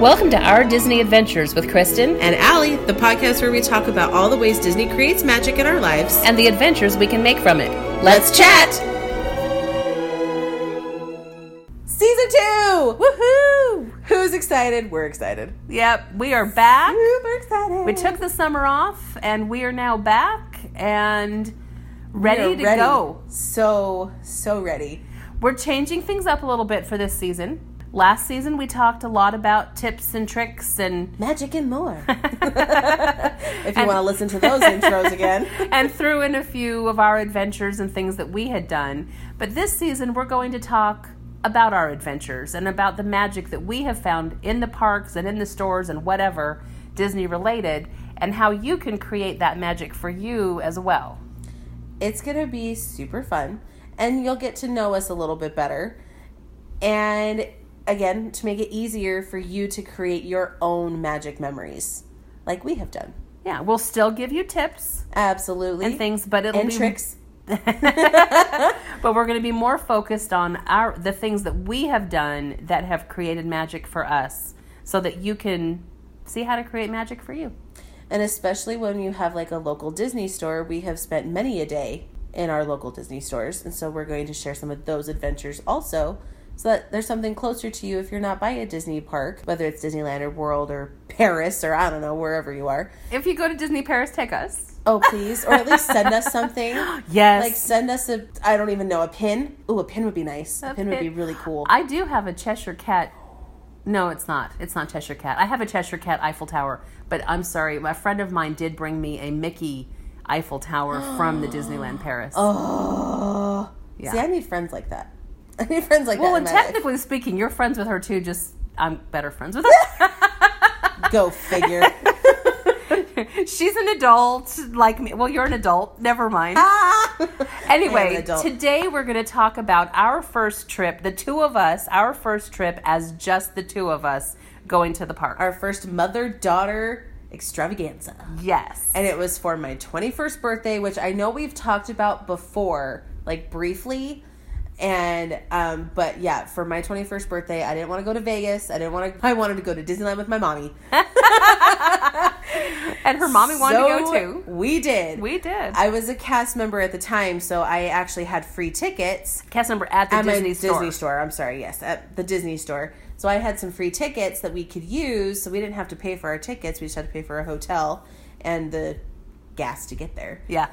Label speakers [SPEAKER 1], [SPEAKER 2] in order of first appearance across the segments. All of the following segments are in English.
[SPEAKER 1] Welcome to our Disney adventures with Kristen
[SPEAKER 2] and Allie, the podcast where we talk about all the ways Disney creates magic in our lives.
[SPEAKER 1] and the adventures we can make from it.
[SPEAKER 2] Let's chat! Season two!
[SPEAKER 1] Woohoo!
[SPEAKER 2] Who's excited? We're excited.
[SPEAKER 1] Yep, we are back.
[SPEAKER 2] Super excited.
[SPEAKER 1] We took the summer off and we are now back and ready to go.
[SPEAKER 2] So, so ready.
[SPEAKER 1] We're changing things up a little bit for this season. Last season we talked a lot about tips and tricks and
[SPEAKER 2] Magic and more. if you want to listen to those intros again.
[SPEAKER 1] and threw in a few of our adventures and things that we had done. But this season, we're going to talk about our adventures and about the magic that we have found in the parks and in the stores and whatever Disney related, and how you can create that magic for you as well.
[SPEAKER 2] It's going to be super fun, and you'll get to know us a little bit better. And again, to make it easier for you to create your own magic memories, like we have done.
[SPEAKER 1] Yeah, we'll still give you tips
[SPEAKER 2] Absolutely.
[SPEAKER 1] and things, but it'll
[SPEAKER 2] and
[SPEAKER 1] be
[SPEAKER 2] tricks.
[SPEAKER 1] but we're going to be more focused on our the things that we have done that have created magic for us, so that you can see how to create magic for you.
[SPEAKER 2] And especially when you have like a local Disney store, we have spent many a day in our local Disney stores. And so we're going to share some of those adventures also. So that there's something closer to you if you're not by a Disney park, whether it's Disneyland or World or Paris or I don't know, wherever you are.
[SPEAKER 1] If you go to Disney Paris, take us.
[SPEAKER 2] Oh, please. Or at least send us something.
[SPEAKER 1] Yes.
[SPEAKER 2] Like send us a, I don't even know, a pin. Ooh, a pin would be nice. A,
[SPEAKER 1] A
[SPEAKER 2] pin, would be
[SPEAKER 1] pin.
[SPEAKER 2] really cool.
[SPEAKER 1] I do have a Cheshire Cat. No, it's not. It's not Cheshire Cat. I have a Cheshire Cat Eiffel Tower, but I'm sorry, a friend of mine did bring me a Mickey Eiffel Tower from the Disneyland Paris.
[SPEAKER 2] oh.
[SPEAKER 1] Yeah.
[SPEAKER 2] See, I need friends like that. I need friends like
[SPEAKER 1] well,
[SPEAKER 2] that.
[SPEAKER 1] and
[SPEAKER 2] in my life.
[SPEAKER 1] technically speaking, you're friends with her too. Just I'm better friends with her.
[SPEAKER 2] Go figure.
[SPEAKER 1] She's an adult like me. Well, you're an adult. Never mind.
[SPEAKER 2] I am an
[SPEAKER 1] Anyway,
[SPEAKER 2] adult.
[SPEAKER 1] today we're going to talk about our first trip, the two of us, our first trip as just the two of us going to the park.
[SPEAKER 2] our first mother daughter extravaganza.
[SPEAKER 1] yes.
[SPEAKER 2] And it was for my 21st birthday, which I know we've talked about before, like briefly. And, um, but yeah, for my 21st birthday, I didn't want to go to Vegas. I didn't want to, I wanted to go to Disneyland with my mommy.
[SPEAKER 1] And her mommy wanted to go too.
[SPEAKER 2] We did.
[SPEAKER 1] We did.
[SPEAKER 2] I was a cast member at the time, so I actually had free tickets.
[SPEAKER 1] Cast member at the
[SPEAKER 2] at my
[SPEAKER 1] Disney store.
[SPEAKER 2] Disney store. I'm sorry, yes, at the Disney store. So I had some free tickets that we could use, so we didn't have to pay for our tickets. We just had to pay for a hotel and the gas to get there.
[SPEAKER 1] Yeah.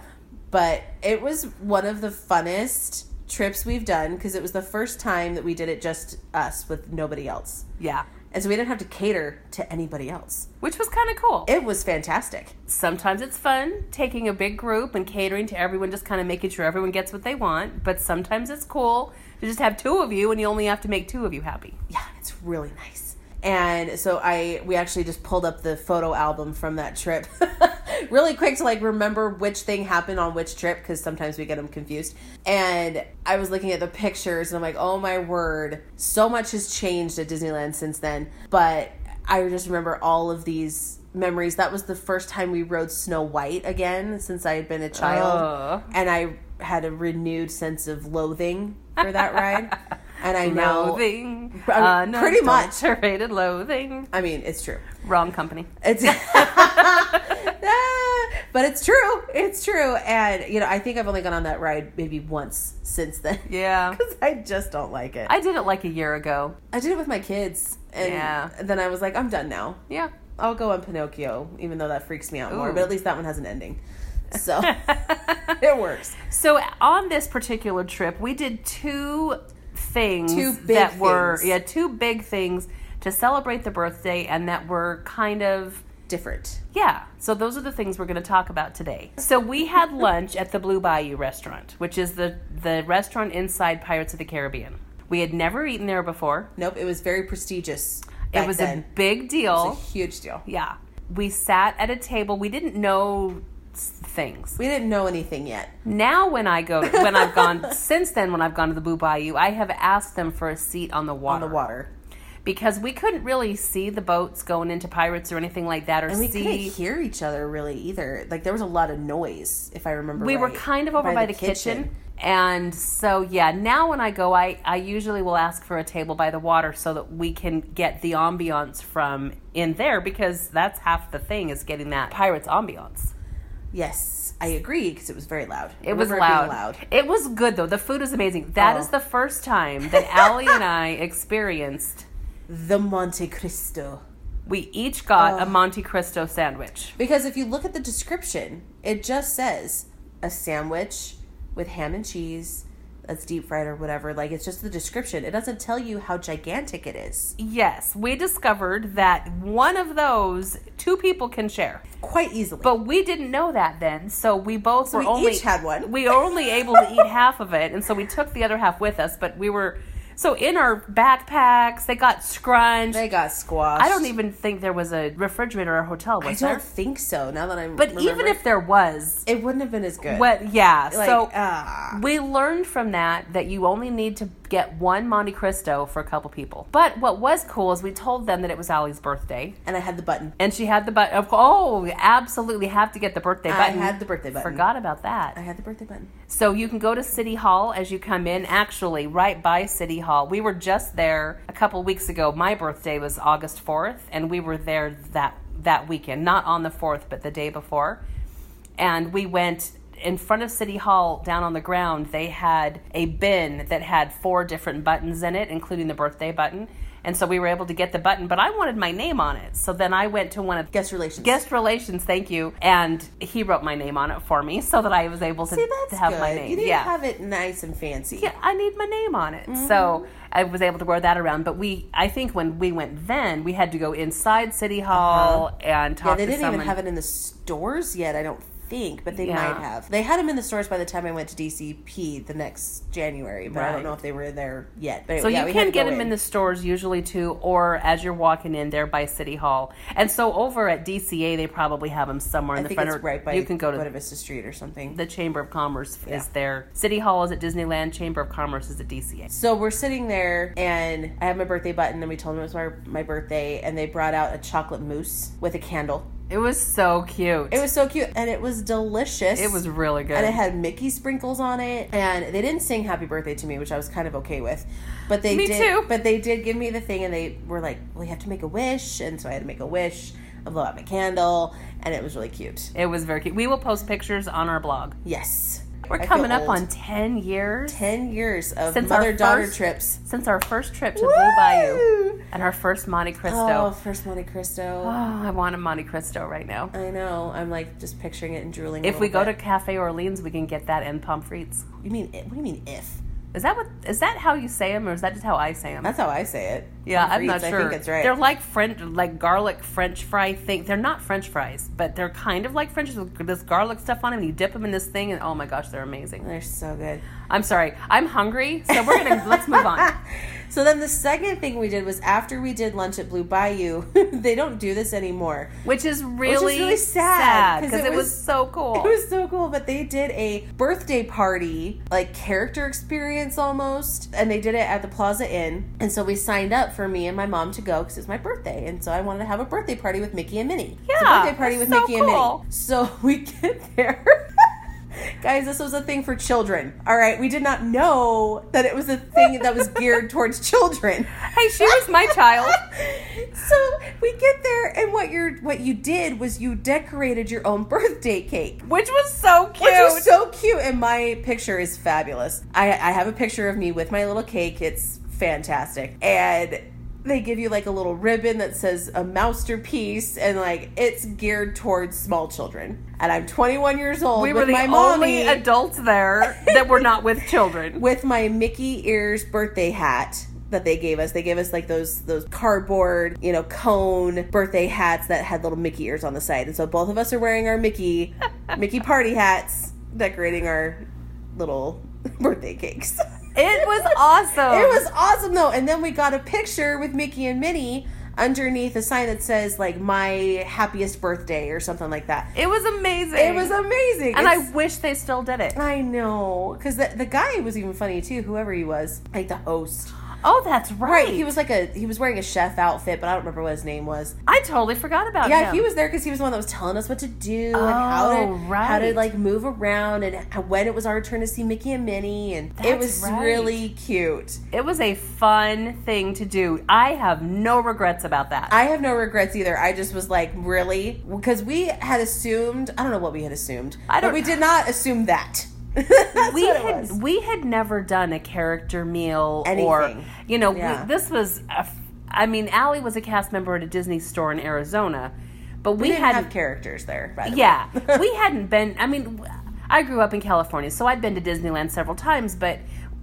[SPEAKER 2] But it was one of the funnest trips we've done because it was the first time that we did it just us with nobody else.
[SPEAKER 1] Yeah.
[SPEAKER 2] And so we didn't have to cater to anybody else.
[SPEAKER 1] Which was kind of cool.
[SPEAKER 2] It was fantastic.
[SPEAKER 1] Sometimes it's fun taking a big group and catering to everyone, just kind of making sure everyone gets what they want. But sometimes it's cool to just have two of you and you only have to make two of you happy.
[SPEAKER 2] yeah, it's really nice. And so I we actually just pulled up the photo album from that trip really quick to like remember which thing happened on which trip cuz sometimes we get them confused. And I was looking at the pictures and I'm like, "Oh my word, so much has changed at Disneyland since then." But I just remember all of these memories. That was the first time we rode Snow White again since I had been a child
[SPEAKER 1] Oh.
[SPEAKER 2] and I had a renewed sense of loathing for that ride. And I now
[SPEAKER 1] Loathing.
[SPEAKER 2] I mean, pretty much.
[SPEAKER 1] Unadulterated loathing.
[SPEAKER 2] I mean, it's true.
[SPEAKER 1] Wrong company.
[SPEAKER 2] It's Ah, but it's true. It's true. And you know, I think I've only gone on that ride maybe once since then.
[SPEAKER 1] Yeah.
[SPEAKER 2] Because I just don't like it. I,
[SPEAKER 1] I did it like a year ago.
[SPEAKER 2] did it with my kids, and
[SPEAKER 1] Yeah.
[SPEAKER 2] then I was like, I'm done now.
[SPEAKER 1] Yeah.
[SPEAKER 2] I'll go on Pinocchio, even though that freaks me out more.
[SPEAKER 1] Ooh.
[SPEAKER 2] But at least that one has an ending, so it works.
[SPEAKER 1] So on this particular trip, we did two things
[SPEAKER 2] Two big
[SPEAKER 1] that were
[SPEAKER 2] things.
[SPEAKER 1] yeah, two big things to celebrate the birthday and that were kind of
[SPEAKER 2] Different.
[SPEAKER 1] yeah. So those are the things we're going to talk about today. So we had lunch at the Blue Bayou restaurant, which is the the restaurant inside Pirates of the Caribbean. We had never eaten there before.
[SPEAKER 2] Nope. It was very prestigious.
[SPEAKER 1] it
[SPEAKER 2] back
[SPEAKER 1] was
[SPEAKER 2] then.
[SPEAKER 1] a big deal.
[SPEAKER 2] It was a huge deal.
[SPEAKER 1] yeah. We sat at a table. We didn't know s- things.
[SPEAKER 2] We didn't know anything yet.
[SPEAKER 1] Now, when I go, when I've gone since then, when I've gone to the Blue Bayou, I have asked them for a seat on the
[SPEAKER 2] on
[SPEAKER 1] water,
[SPEAKER 2] the water.
[SPEAKER 1] because we couldn't really see the boats going into pirates or anything like that, or
[SPEAKER 2] And we couldn't
[SPEAKER 1] see.
[SPEAKER 2] hear each other really either. Like there was a lot of noise, if I remember.
[SPEAKER 1] We were
[SPEAKER 2] right,
[SPEAKER 1] kind of over by, the, kitchen. And so, yeah, now when I go, I, I usually will ask for a table by the water so that we can get the ambiance from in there because that's half the thing is getting that pirates ambiance.
[SPEAKER 2] Yes, I agree because it was very loud. I
[SPEAKER 1] It was
[SPEAKER 2] remember being
[SPEAKER 1] loud. It was good though. The food is amazing. That
[SPEAKER 2] Oh.
[SPEAKER 1] is the first time that Allie and I experienced.
[SPEAKER 2] The Monte Cristo.
[SPEAKER 1] We each got a
[SPEAKER 2] Oh.
[SPEAKER 1] Monte Cristo sandwich.
[SPEAKER 2] Because if you look at the description, it just says a sandwich with ham and cheese that's deep fried or whatever. Like it's just the description. It doesn't tell you how gigantic it is.
[SPEAKER 1] Yes, we discovered that one of those two people can share.
[SPEAKER 2] Quite easily.
[SPEAKER 1] But we didn't know that then, so we both were
[SPEAKER 2] we
[SPEAKER 1] only
[SPEAKER 2] each had one.
[SPEAKER 1] We were only able to eat half of it, and so we took the other half with us. But we were so in our backpacks, they got scrunched.
[SPEAKER 2] they got squashed.
[SPEAKER 1] I don't even think there was a refrigerator or hotel
[SPEAKER 2] I
[SPEAKER 1] was
[SPEAKER 2] don't
[SPEAKER 1] there.
[SPEAKER 2] think so. Now that I'm
[SPEAKER 1] But even
[SPEAKER 2] remembering.
[SPEAKER 1] if there was,
[SPEAKER 2] it wouldn't have been as good.
[SPEAKER 1] what? Yeah.
[SPEAKER 2] Like,
[SPEAKER 1] so
[SPEAKER 2] ah.
[SPEAKER 1] we learned from that that you only need to get one Monte Cristo for a couple people. But what was cool is we told them that it was Allie's birthday.
[SPEAKER 2] and I had the button.
[SPEAKER 1] And she had the button. Of oh, we absolutely have to get the birthday
[SPEAKER 2] I
[SPEAKER 1] button.
[SPEAKER 2] had the birthday button.
[SPEAKER 1] Forgot about
[SPEAKER 2] I
[SPEAKER 1] that.
[SPEAKER 2] had the birthday button.
[SPEAKER 1] So you can go to City Hall as you come in. Actually, right by City Hall. We were just there a couple weeks ago. My birthday was August fourth, and we were there that that weekend, not on the fourth, but the day before. And we went in front of City Hall, down on the ground. They had a bin that had four different buttons in it, including the birthday button. And so we were able to get the button, but I wanted my name on it. So then I went to one of
[SPEAKER 2] Guest relations.
[SPEAKER 1] guest relations thank you and he wrote my name on it for me so that i was able to,
[SPEAKER 2] See, that's
[SPEAKER 1] to have
[SPEAKER 2] good.
[SPEAKER 1] my name
[SPEAKER 2] You need
[SPEAKER 1] yeah
[SPEAKER 2] to have it nice and fancy.
[SPEAKER 1] yeah i need my name on it so
[SPEAKER 2] Mm-hmm.
[SPEAKER 1] i was able to wear that around but we i think when we went then we had to go inside city hall and
[SPEAKER 2] Uh-huh. Yeah,
[SPEAKER 1] talk
[SPEAKER 2] they
[SPEAKER 1] to
[SPEAKER 2] didn't
[SPEAKER 1] someone
[SPEAKER 2] even have it in the stores yet, I don't think, but they
[SPEAKER 1] Yeah.
[SPEAKER 2] might have. They had them in the stores by the time I went to DCP the next January, but I
[SPEAKER 1] Right.
[SPEAKER 2] don't know if they were there yet. But
[SPEAKER 1] so
[SPEAKER 2] yeah,
[SPEAKER 1] you
[SPEAKER 2] we had
[SPEAKER 1] can
[SPEAKER 2] to
[SPEAKER 1] get
[SPEAKER 2] go
[SPEAKER 1] them in. the stores usually too or as you're walking in there by city hall and so over at dca they probably have them somewhere in
[SPEAKER 2] I
[SPEAKER 1] the
[SPEAKER 2] think
[SPEAKER 1] front
[SPEAKER 2] it's
[SPEAKER 1] or-
[SPEAKER 2] right by
[SPEAKER 1] you can go to
[SPEAKER 2] Buena Vista Street or something.
[SPEAKER 1] the chamber of commerce
[SPEAKER 2] Yeah.
[SPEAKER 1] is there city hall is at disneyland chamber of commerce is at dca
[SPEAKER 2] So we're sitting there, and I have my birthday button, and we told them it was my, my birthday, and they brought out a chocolate mousse with a candle.
[SPEAKER 1] it was so cute
[SPEAKER 2] It was so cute, and it was delicious.
[SPEAKER 1] It was really good.
[SPEAKER 2] and it had Mickey sprinkles on it. And they didn't sing "Happy Birthday" to me, which I was kind of okay with. But they
[SPEAKER 1] Me
[SPEAKER 2] did,
[SPEAKER 1] too.
[SPEAKER 2] But they did give me the thing, and they were like, "Well, you have to make a wish," and so I had to make a wish. I blow out my candle, and it was really cute.
[SPEAKER 1] It was very cute. We will post pictures on our blog.
[SPEAKER 2] Yes,
[SPEAKER 1] We're
[SPEAKER 2] I feel
[SPEAKER 1] coming up
[SPEAKER 2] old.
[SPEAKER 1] on 10 years
[SPEAKER 2] ten years of
[SPEAKER 1] Since our
[SPEAKER 2] mother-daughter
[SPEAKER 1] first
[SPEAKER 2] trips.
[SPEAKER 1] since our first trip to Blue Bayou
[SPEAKER 2] Woo!
[SPEAKER 1] and our first Monte
[SPEAKER 2] Oh,
[SPEAKER 1] Cristo.
[SPEAKER 2] first Monte
[SPEAKER 1] Oh,
[SPEAKER 2] Cristo.
[SPEAKER 1] I want a Monte Cristo right now.
[SPEAKER 2] I know. I'm like just picturing it and drooling. a
[SPEAKER 1] If we
[SPEAKER 2] little
[SPEAKER 1] go to
[SPEAKER 2] bit.
[SPEAKER 1] Cafe Orleans, we can get that and pommes frites.
[SPEAKER 2] you mean if, what do you mean if?
[SPEAKER 1] Is that what is that how you say them or is that just how I say them?
[SPEAKER 2] That's how I say it.
[SPEAKER 1] Yeah, I'm
[SPEAKER 2] Reeds,
[SPEAKER 1] not sure.
[SPEAKER 2] I think it's right.
[SPEAKER 1] They're like French, like garlic French fry thing. They're not French fries, but they're kind of like French fries with this garlic stuff on them. And you dip them in this thing, and oh my gosh, they're amazing.
[SPEAKER 2] They're so good.
[SPEAKER 1] I'm sorry, I'm hungry, so we're gonna let's move on.
[SPEAKER 2] So then the second thing we did was after we did lunch at Blue Bayou, they don't do this anymore.
[SPEAKER 1] which is really,
[SPEAKER 2] really
[SPEAKER 1] sad
[SPEAKER 2] sad,
[SPEAKER 1] because it, was so cool.
[SPEAKER 2] It was so cool, but they did a birthday party, like character experience almost, and they did it at the Plaza Inn. And so we signed up for me and my mom to go because it's my birthday, and so I wanted to have a birthday party with Mickey and Minnie. It's a
[SPEAKER 1] Yeah,
[SPEAKER 2] birthday party
[SPEAKER 1] that's
[SPEAKER 2] with
[SPEAKER 1] so
[SPEAKER 2] Mickey and
[SPEAKER 1] cool.
[SPEAKER 2] Minnie. So we get there. Guys, this was a thing for children. All right, we did not know that it was a thing that was geared towards children.
[SPEAKER 1] hey, she was my child.
[SPEAKER 2] so we get there, and what you what you did was you decorated your own birthday cake,
[SPEAKER 1] Which was so cute.
[SPEAKER 2] which was so cute. And my picture is fabulous. I, I have a picture of me with my little cake. It's fantastic, and they give you like a little ribbon that says a masterpiece, and like it's geared towards small children. And I'm 21 years old.
[SPEAKER 1] we
[SPEAKER 2] with
[SPEAKER 1] were the
[SPEAKER 2] my
[SPEAKER 1] only
[SPEAKER 2] mommy
[SPEAKER 1] adults there that were not with children.
[SPEAKER 2] with my Mickey ears birthday hat that they gave us. They gave us like those those cardboard, you know, cone birthday hats that had little Mickey ears on the side. And so both of us are wearing our Mickey Mickey party hats, decorating our little birthday cakes.
[SPEAKER 1] It was awesome.
[SPEAKER 2] It was awesome though. And then we got a picture with Mickey and Minnie underneath a sign that says like my happiest birthday or something like that.
[SPEAKER 1] It was amazing.
[SPEAKER 2] It was amazing.
[SPEAKER 1] and
[SPEAKER 2] It's-
[SPEAKER 1] I wish they still did it.
[SPEAKER 2] I know, because the, the guy was even funny too, whoever he was, like the host.
[SPEAKER 1] Oh, that's right.
[SPEAKER 2] Right, he was like a he was wearing a chef outfit, but I don't remember what his name was.
[SPEAKER 1] I totally forgot about
[SPEAKER 2] Yeah,
[SPEAKER 1] him.
[SPEAKER 2] he was there because he was the one that was telling us what to do and how to
[SPEAKER 1] Oh,
[SPEAKER 2] how to
[SPEAKER 1] right.
[SPEAKER 2] like move around and h- when it was our turn to see Mickey and Minnie, and it
[SPEAKER 1] That's
[SPEAKER 2] was
[SPEAKER 1] right.
[SPEAKER 2] really cute.
[SPEAKER 1] It was a fun thing to do. I have no regrets about that.
[SPEAKER 2] I have no regrets either. I just was like, really, because we had assumed I don't know what we had assumed.
[SPEAKER 1] I
[SPEAKER 2] But
[SPEAKER 1] don't-
[SPEAKER 2] we did not assume that. That's
[SPEAKER 1] we
[SPEAKER 2] what it
[SPEAKER 1] had
[SPEAKER 2] was.
[SPEAKER 1] we had never done a character meal or
[SPEAKER 2] Anything.
[SPEAKER 1] you know we-
[SPEAKER 2] Yeah.
[SPEAKER 1] this was a f- I mean Allie was a cast member at a Disney store in Arizona, but we,
[SPEAKER 2] We didn't
[SPEAKER 1] hadn't
[SPEAKER 2] have characters there. by the way.
[SPEAKER 1] yeah we hadn't been I mean w- I grew up in California so I'd been to Disneyland several times but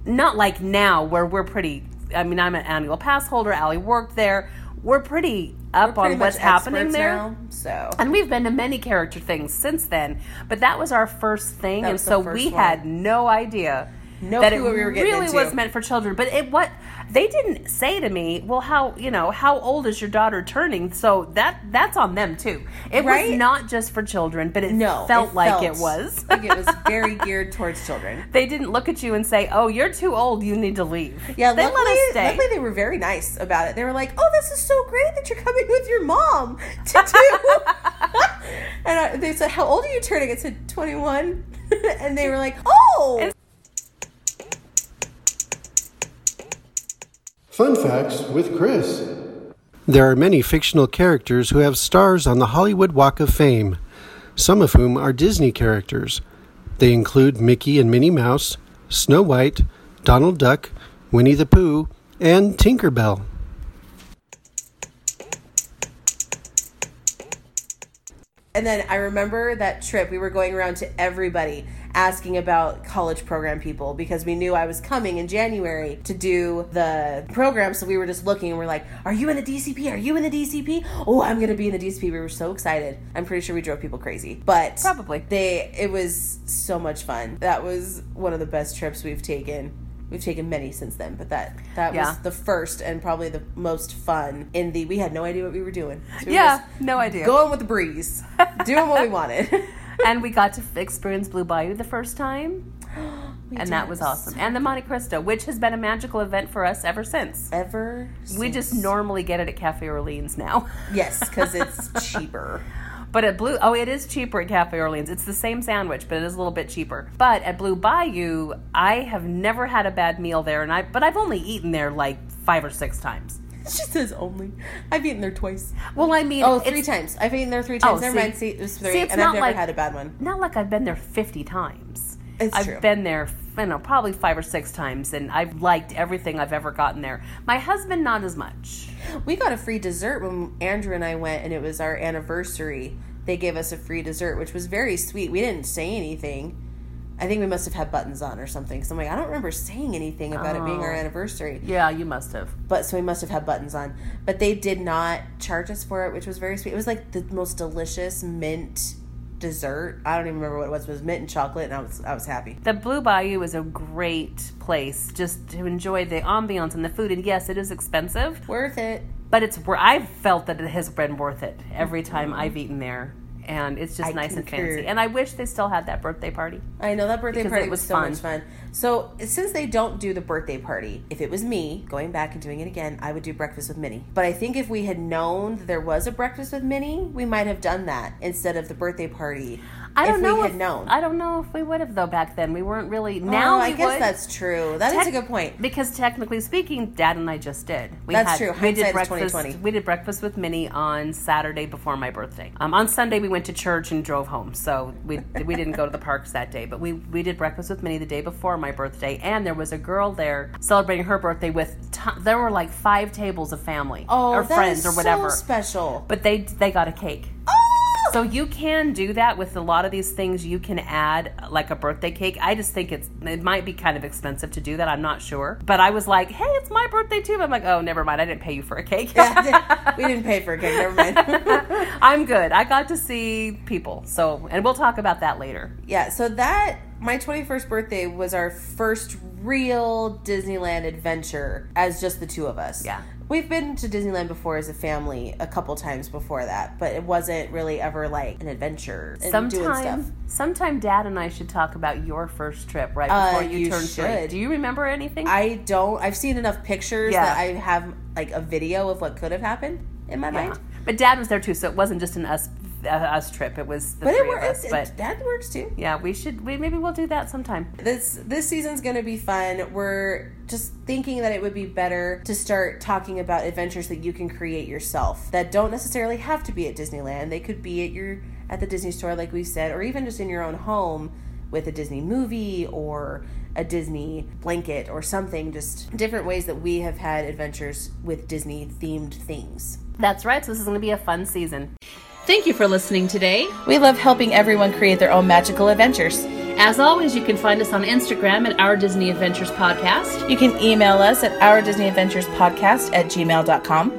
[SPEAKER 1] not like now where we're pretty I mean I'm an annual pass holder Allie worked there we're pretty up
[SPEAKER 2] Pretty
[SPEAKER 1] on
[SPEAKER 2] much
[SPEAKER 1] what's happening
[SPEAKER 2] experts
[SPEAKER 1] there.
[SPEAKER 2] now, so
[SPEAKER 1] And we've been to many character things since then, but that was our first thing,
[SPEAKER 2] That
[SPEAKER 1] and
[SPEAKER 2] was the
[SPEAKER 1] so
[SPEAKER 2] first
[SPEAKER 1] we
[SPEAKER 2] one.
[SPEAKER 1] had no idea
[SPEAKER 2] No
[SPEAKER 1] that
[SPEAKER 2] clue
[SPEAKER 1] it
[SPEAKER 2] what we were getting
[SPEAKER 1] really
[SPEAKER 2] into.
[SPEAKER 1] was meant for children. But it what they didn't say to me, well, how you know how old is your daughter turning? So that that's on them too. It
[SPEAKER 2] Right?
[SPEAKER 1] was not just for children, but it
[SPEAKER 2] no,
[SPEAKER 1] felt like
[SPEAKER 2] felt
[SPEAKER 1] it was.
[SPEAKER 2] like it was very geared towards children.
[SPEAKER 1] they didn't look at you and say, "Oh, you're too old. You need to leave."
[SPEAKER 2] Yeah,
[SPEAKER 1] they
[SPEAKER 2] luckily,
[SPEAKER 1] let us stay.
[SPEAKER 2] luckily they were very nice about it. They were like, "Oh, this is so great that you're coming with your mom to do." and I, they said, "How old are you turning?" I said, "21." and they were like, "Oh,
[SPEAKER 3] Fun Facts with Chris. There are many fictional characters who have stars on the Hollywood Walk of Fame, some of whom are Disney characters. They include Mickey and Minnie Mouse, Snow White, Donald Duck, Winnie the Pooh, and Tinker Bell.
[SPEAKER 2] And then I remember that trip, we were going around to everybody asking about college program people because we knew I was coming in January to do the program. So we were just looking and we're like, Are you in the DCP? Are you in the DCP? Oh, I'm going to be in the DCP. We were so excited. I'm pretty sure we drove people crazy, but
[SPEAKER 1] Probably.
[SPEAKER 2] They, it was so much fun. That was one of the best trips we've taken. We've taken many since then, but that that
[SPEAKER 1] Yeah.
[SPEAKER 2] was the first and probably the most fun in the we had no idea what we were doing. So we were
[SPEAKER 1] yeah,
[SPEAKER 2] just
[SPEAKER 1] no idea.
[SPEAKER 2] going with the breeze, doing what we wanted.
[SPEAKER 1] and we got to f- experience Blue Bayou the first time.
[SPEAKER 2] We
[SPEAKER 1] and
[SPEAKER 2] did.
[SPEAKER 1] that was awesome. And the Monte Cristo, which has been a magical event for us ever since.
[SPEAKER 2] Ever
[SPEAKER 1] We just
[SPEAKER 2] since-
[SPEAKER 1] normally get it at Cafe Orleans now.
[SPEAKER 2] yes, because it's cheaper.
[SPEAKER 1] But at Blue, oh, it is cheaper at Cafe Orleans. It's the same sandwich, but it is a little bit cheaper. But at Blue Bayou, I have never had a bad meal there, and I but I've only eaten there like five or six times.
[SPEAKER 2] She says only. I've eaten there twice.
[SPEAKER 1] Well, I mean,
[SPEAKER 2] Oh, three
[SPEAKER 1] it's Oh,
[SPEAKER 2] times. I've eaten there three times. Never
[SPEAKER 1] see.
[SPEAKER 2] mind. See, it was three,
[SPEAKER 1] See, it's
[SPEAKER 2] and I've
[SPEAKER 1] not
[SPEAKER 2] never
[SPEAKER 1] like-
[SPEAKER 2] had a bad one.
[SPEAKER 1] not like I've been there fifty times.
[SPEAKER 2] It's
[SPEAKER 1] I've
[SPEAKER 2] true.
[SPEAKER 1] been there, you know, probably five or six times, and I've liked everything I've ever gotten there. My husband, not as much.
[SPEAKER 2] We got a free dessert when Andrew and I went, and it was our anniversary. They gave us a free dessert, which was very sweet. We didn't say anything. I think we must have had buttons on or something. Because I'm like, I don't remember saying anything about it being our
[SPEAKER 1] Oh.
[SPEAKER 2] anniversary.
[SPEAKER 1] Yeah, you must have.
[SPEAKER 2] but so we must have had buttons on. But they did not charge us for it, which was very sweet. It was like the most delicious mint dessert. I don't even remember what it was. It was mint and chocolate, and I was I was happy.
[SPEAKER 1] The Blue Bayou is a great place just to enjoy the ambiance and the food. And yes, it is expensive,
[SPEAKER 2] Worth it.
[SPEAKER 1] but it's where I've felt that it has been worth it every time I've eaten there. And it's just
[SPEAKER 2] Mm-hmm. I
[SPEAKER 1] nice and
[SPEAKER 2] concur.
[SPEAKER 1] fancy. And I wish they still had that birthday party.
[SPEAKER 2] I know that birthday
[SPEAKER 1] Because
[SPEAKER 2] party
[SPEAKER 1] it
[SPEAKER 2] was,
[SPEAKER 1] was
[SPEAKER 2] so
[SPEAKER 1] fun.
[SPEAKER 2] much fun. So since they don't do the birthday party, if it was me going back and doing it again, I would do breakfast with Minnie. But I think if we had known that there was a breakfast with Minnie, we might have done that instead of the birthday party.
[SPEAKER 1] I don't
[SPEAKER 2] if
[SPEAKER 1] know
[SPEAKER 2] we
[SPEAKER 1] if
[SPEAKER 2] had known.
[SPEAKER 1] I don't know if we would have though back then. We weren't really now
[SPEAKER 2] Oh,
[SPEAKER 1] we
[SPEAKER 2] I guess
[SPEAKER 1] would,
[SPEAKER 2] that's true. That is
[SPEAKER 1] Tec-
[SPEAKER 2] a good point.
[SPEAKER 1] Because technically speaking, Dad and I just did. We
[SPEAKER 2] That's true.
[SPEAKER 1] We
[SPEAKER 2] Hindsight
[SPEAKER 1] did
[SPEAKER 2] is
[SPEAKER 1] breakfast.
[SPEAKER 2] 20/20.
[SPEAKER 1] We did breakfast with Minnie on Saturday before my birthday. Um, on Sunday we went to church and drove home, so we we didn't go to the parks that day. But we we did breakfast with Minnie the day before my birthday, and there was a girl there celebrating her birthday with. T- there were like five tables of family
[SPEAKER 2] Oh,
[SPEAKER 1] or
[SPEAKER 2] that
[SPEAKER 1] friends
[SPEAKER 2] is
[SPEAKER 1] or whatever.
[SPEAKER 2] So special.
[SPEAKER 1] but they they got a cake. So you can do that with a lot of these things. You can add like a birthday cake. I just think it's it might be kind of expensive to do that. I'm not sure, but I was like, hey, it's my birthday too. But I'm like, oh, never mind. I didn't pay you for a cake.
[SPEAKER 2] we didn't pay for a cake. Never mind.
[SPEAKER 1] I'm good. I got to see people. So, and we'll talk about that later.
[SPEAKER 2] yeah. So that my 21st birthday was our first real Disneyland adventure as just the two of us.
[SPEAKER 1] Yeah.
[SPEAKER 2] We've been to Disneyland before as a family a couple times before that, but it wasn't really ever like an adventure and doing stuff.
[SPEAKER 1] Sometime, sometime Dad and I should talk about your first trip right before
[SPEAKER 2] Uh,
[SPEAKER 1] you,
[SPEAKER 2] you
[SPEAKER 1] turn three.
[SPEAKER 2] should.
[SPEAKER 1] Do you remember anything?
[SPEAKER 2] I don't. I've seen enough pictures
[SPEAKER 1] Yeah.
[SPEAKER 2] that I have like a video of what could have happened in my
[SPEAKER 1] Yeah.
[SPEAKER 2] mind.
[SPEAKER 1] But Dad was there too, so it wasn't just an us uh, us trip. It was the
[SPEAKER 2] But
[SPEAKER 1] three
[SPEAKER 2] it
[SPEAKER 1] of us.
[SPEAKER 2] works.
[SPEAKER 1] But
[SPEAKER 2] That works too.
[SPEAKER 1] yeah, we should. We maybe we'll do that sometime.
[SPEAKER 2] This this season's gonna be fun. We're just thinking that it would be better to start talking about adventures that you can create yourself that don't necessarily have to be at Disneyland. They could be at your at the Disney store, like we said, or even just in your own home with a Disney movie or a Disney blanket or something. Just different ways that we have had adventures with Disney themed things.
[SPEAKER 1] That's right. So this is going to be a fun season.
[SPEAKER 4] Thank you for listening today.
[SPEAKER 2] We love helping everyone create their own magical adventures.
[SPEAKER 4] As always, you can find us on Instagram at Our Disney Adventures Podcast
[SPEAKER 2] You can email us at Our Disney Adventures Podcast at gmail.com.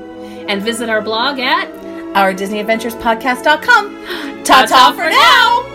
[SPEAKER 4] and visit our blog at
[SPEAKER 2] Our Disney Adventures Podcast.com. Ta ta
[SPEAKER 4] Ta-ta
[SPEAKER 2] for now!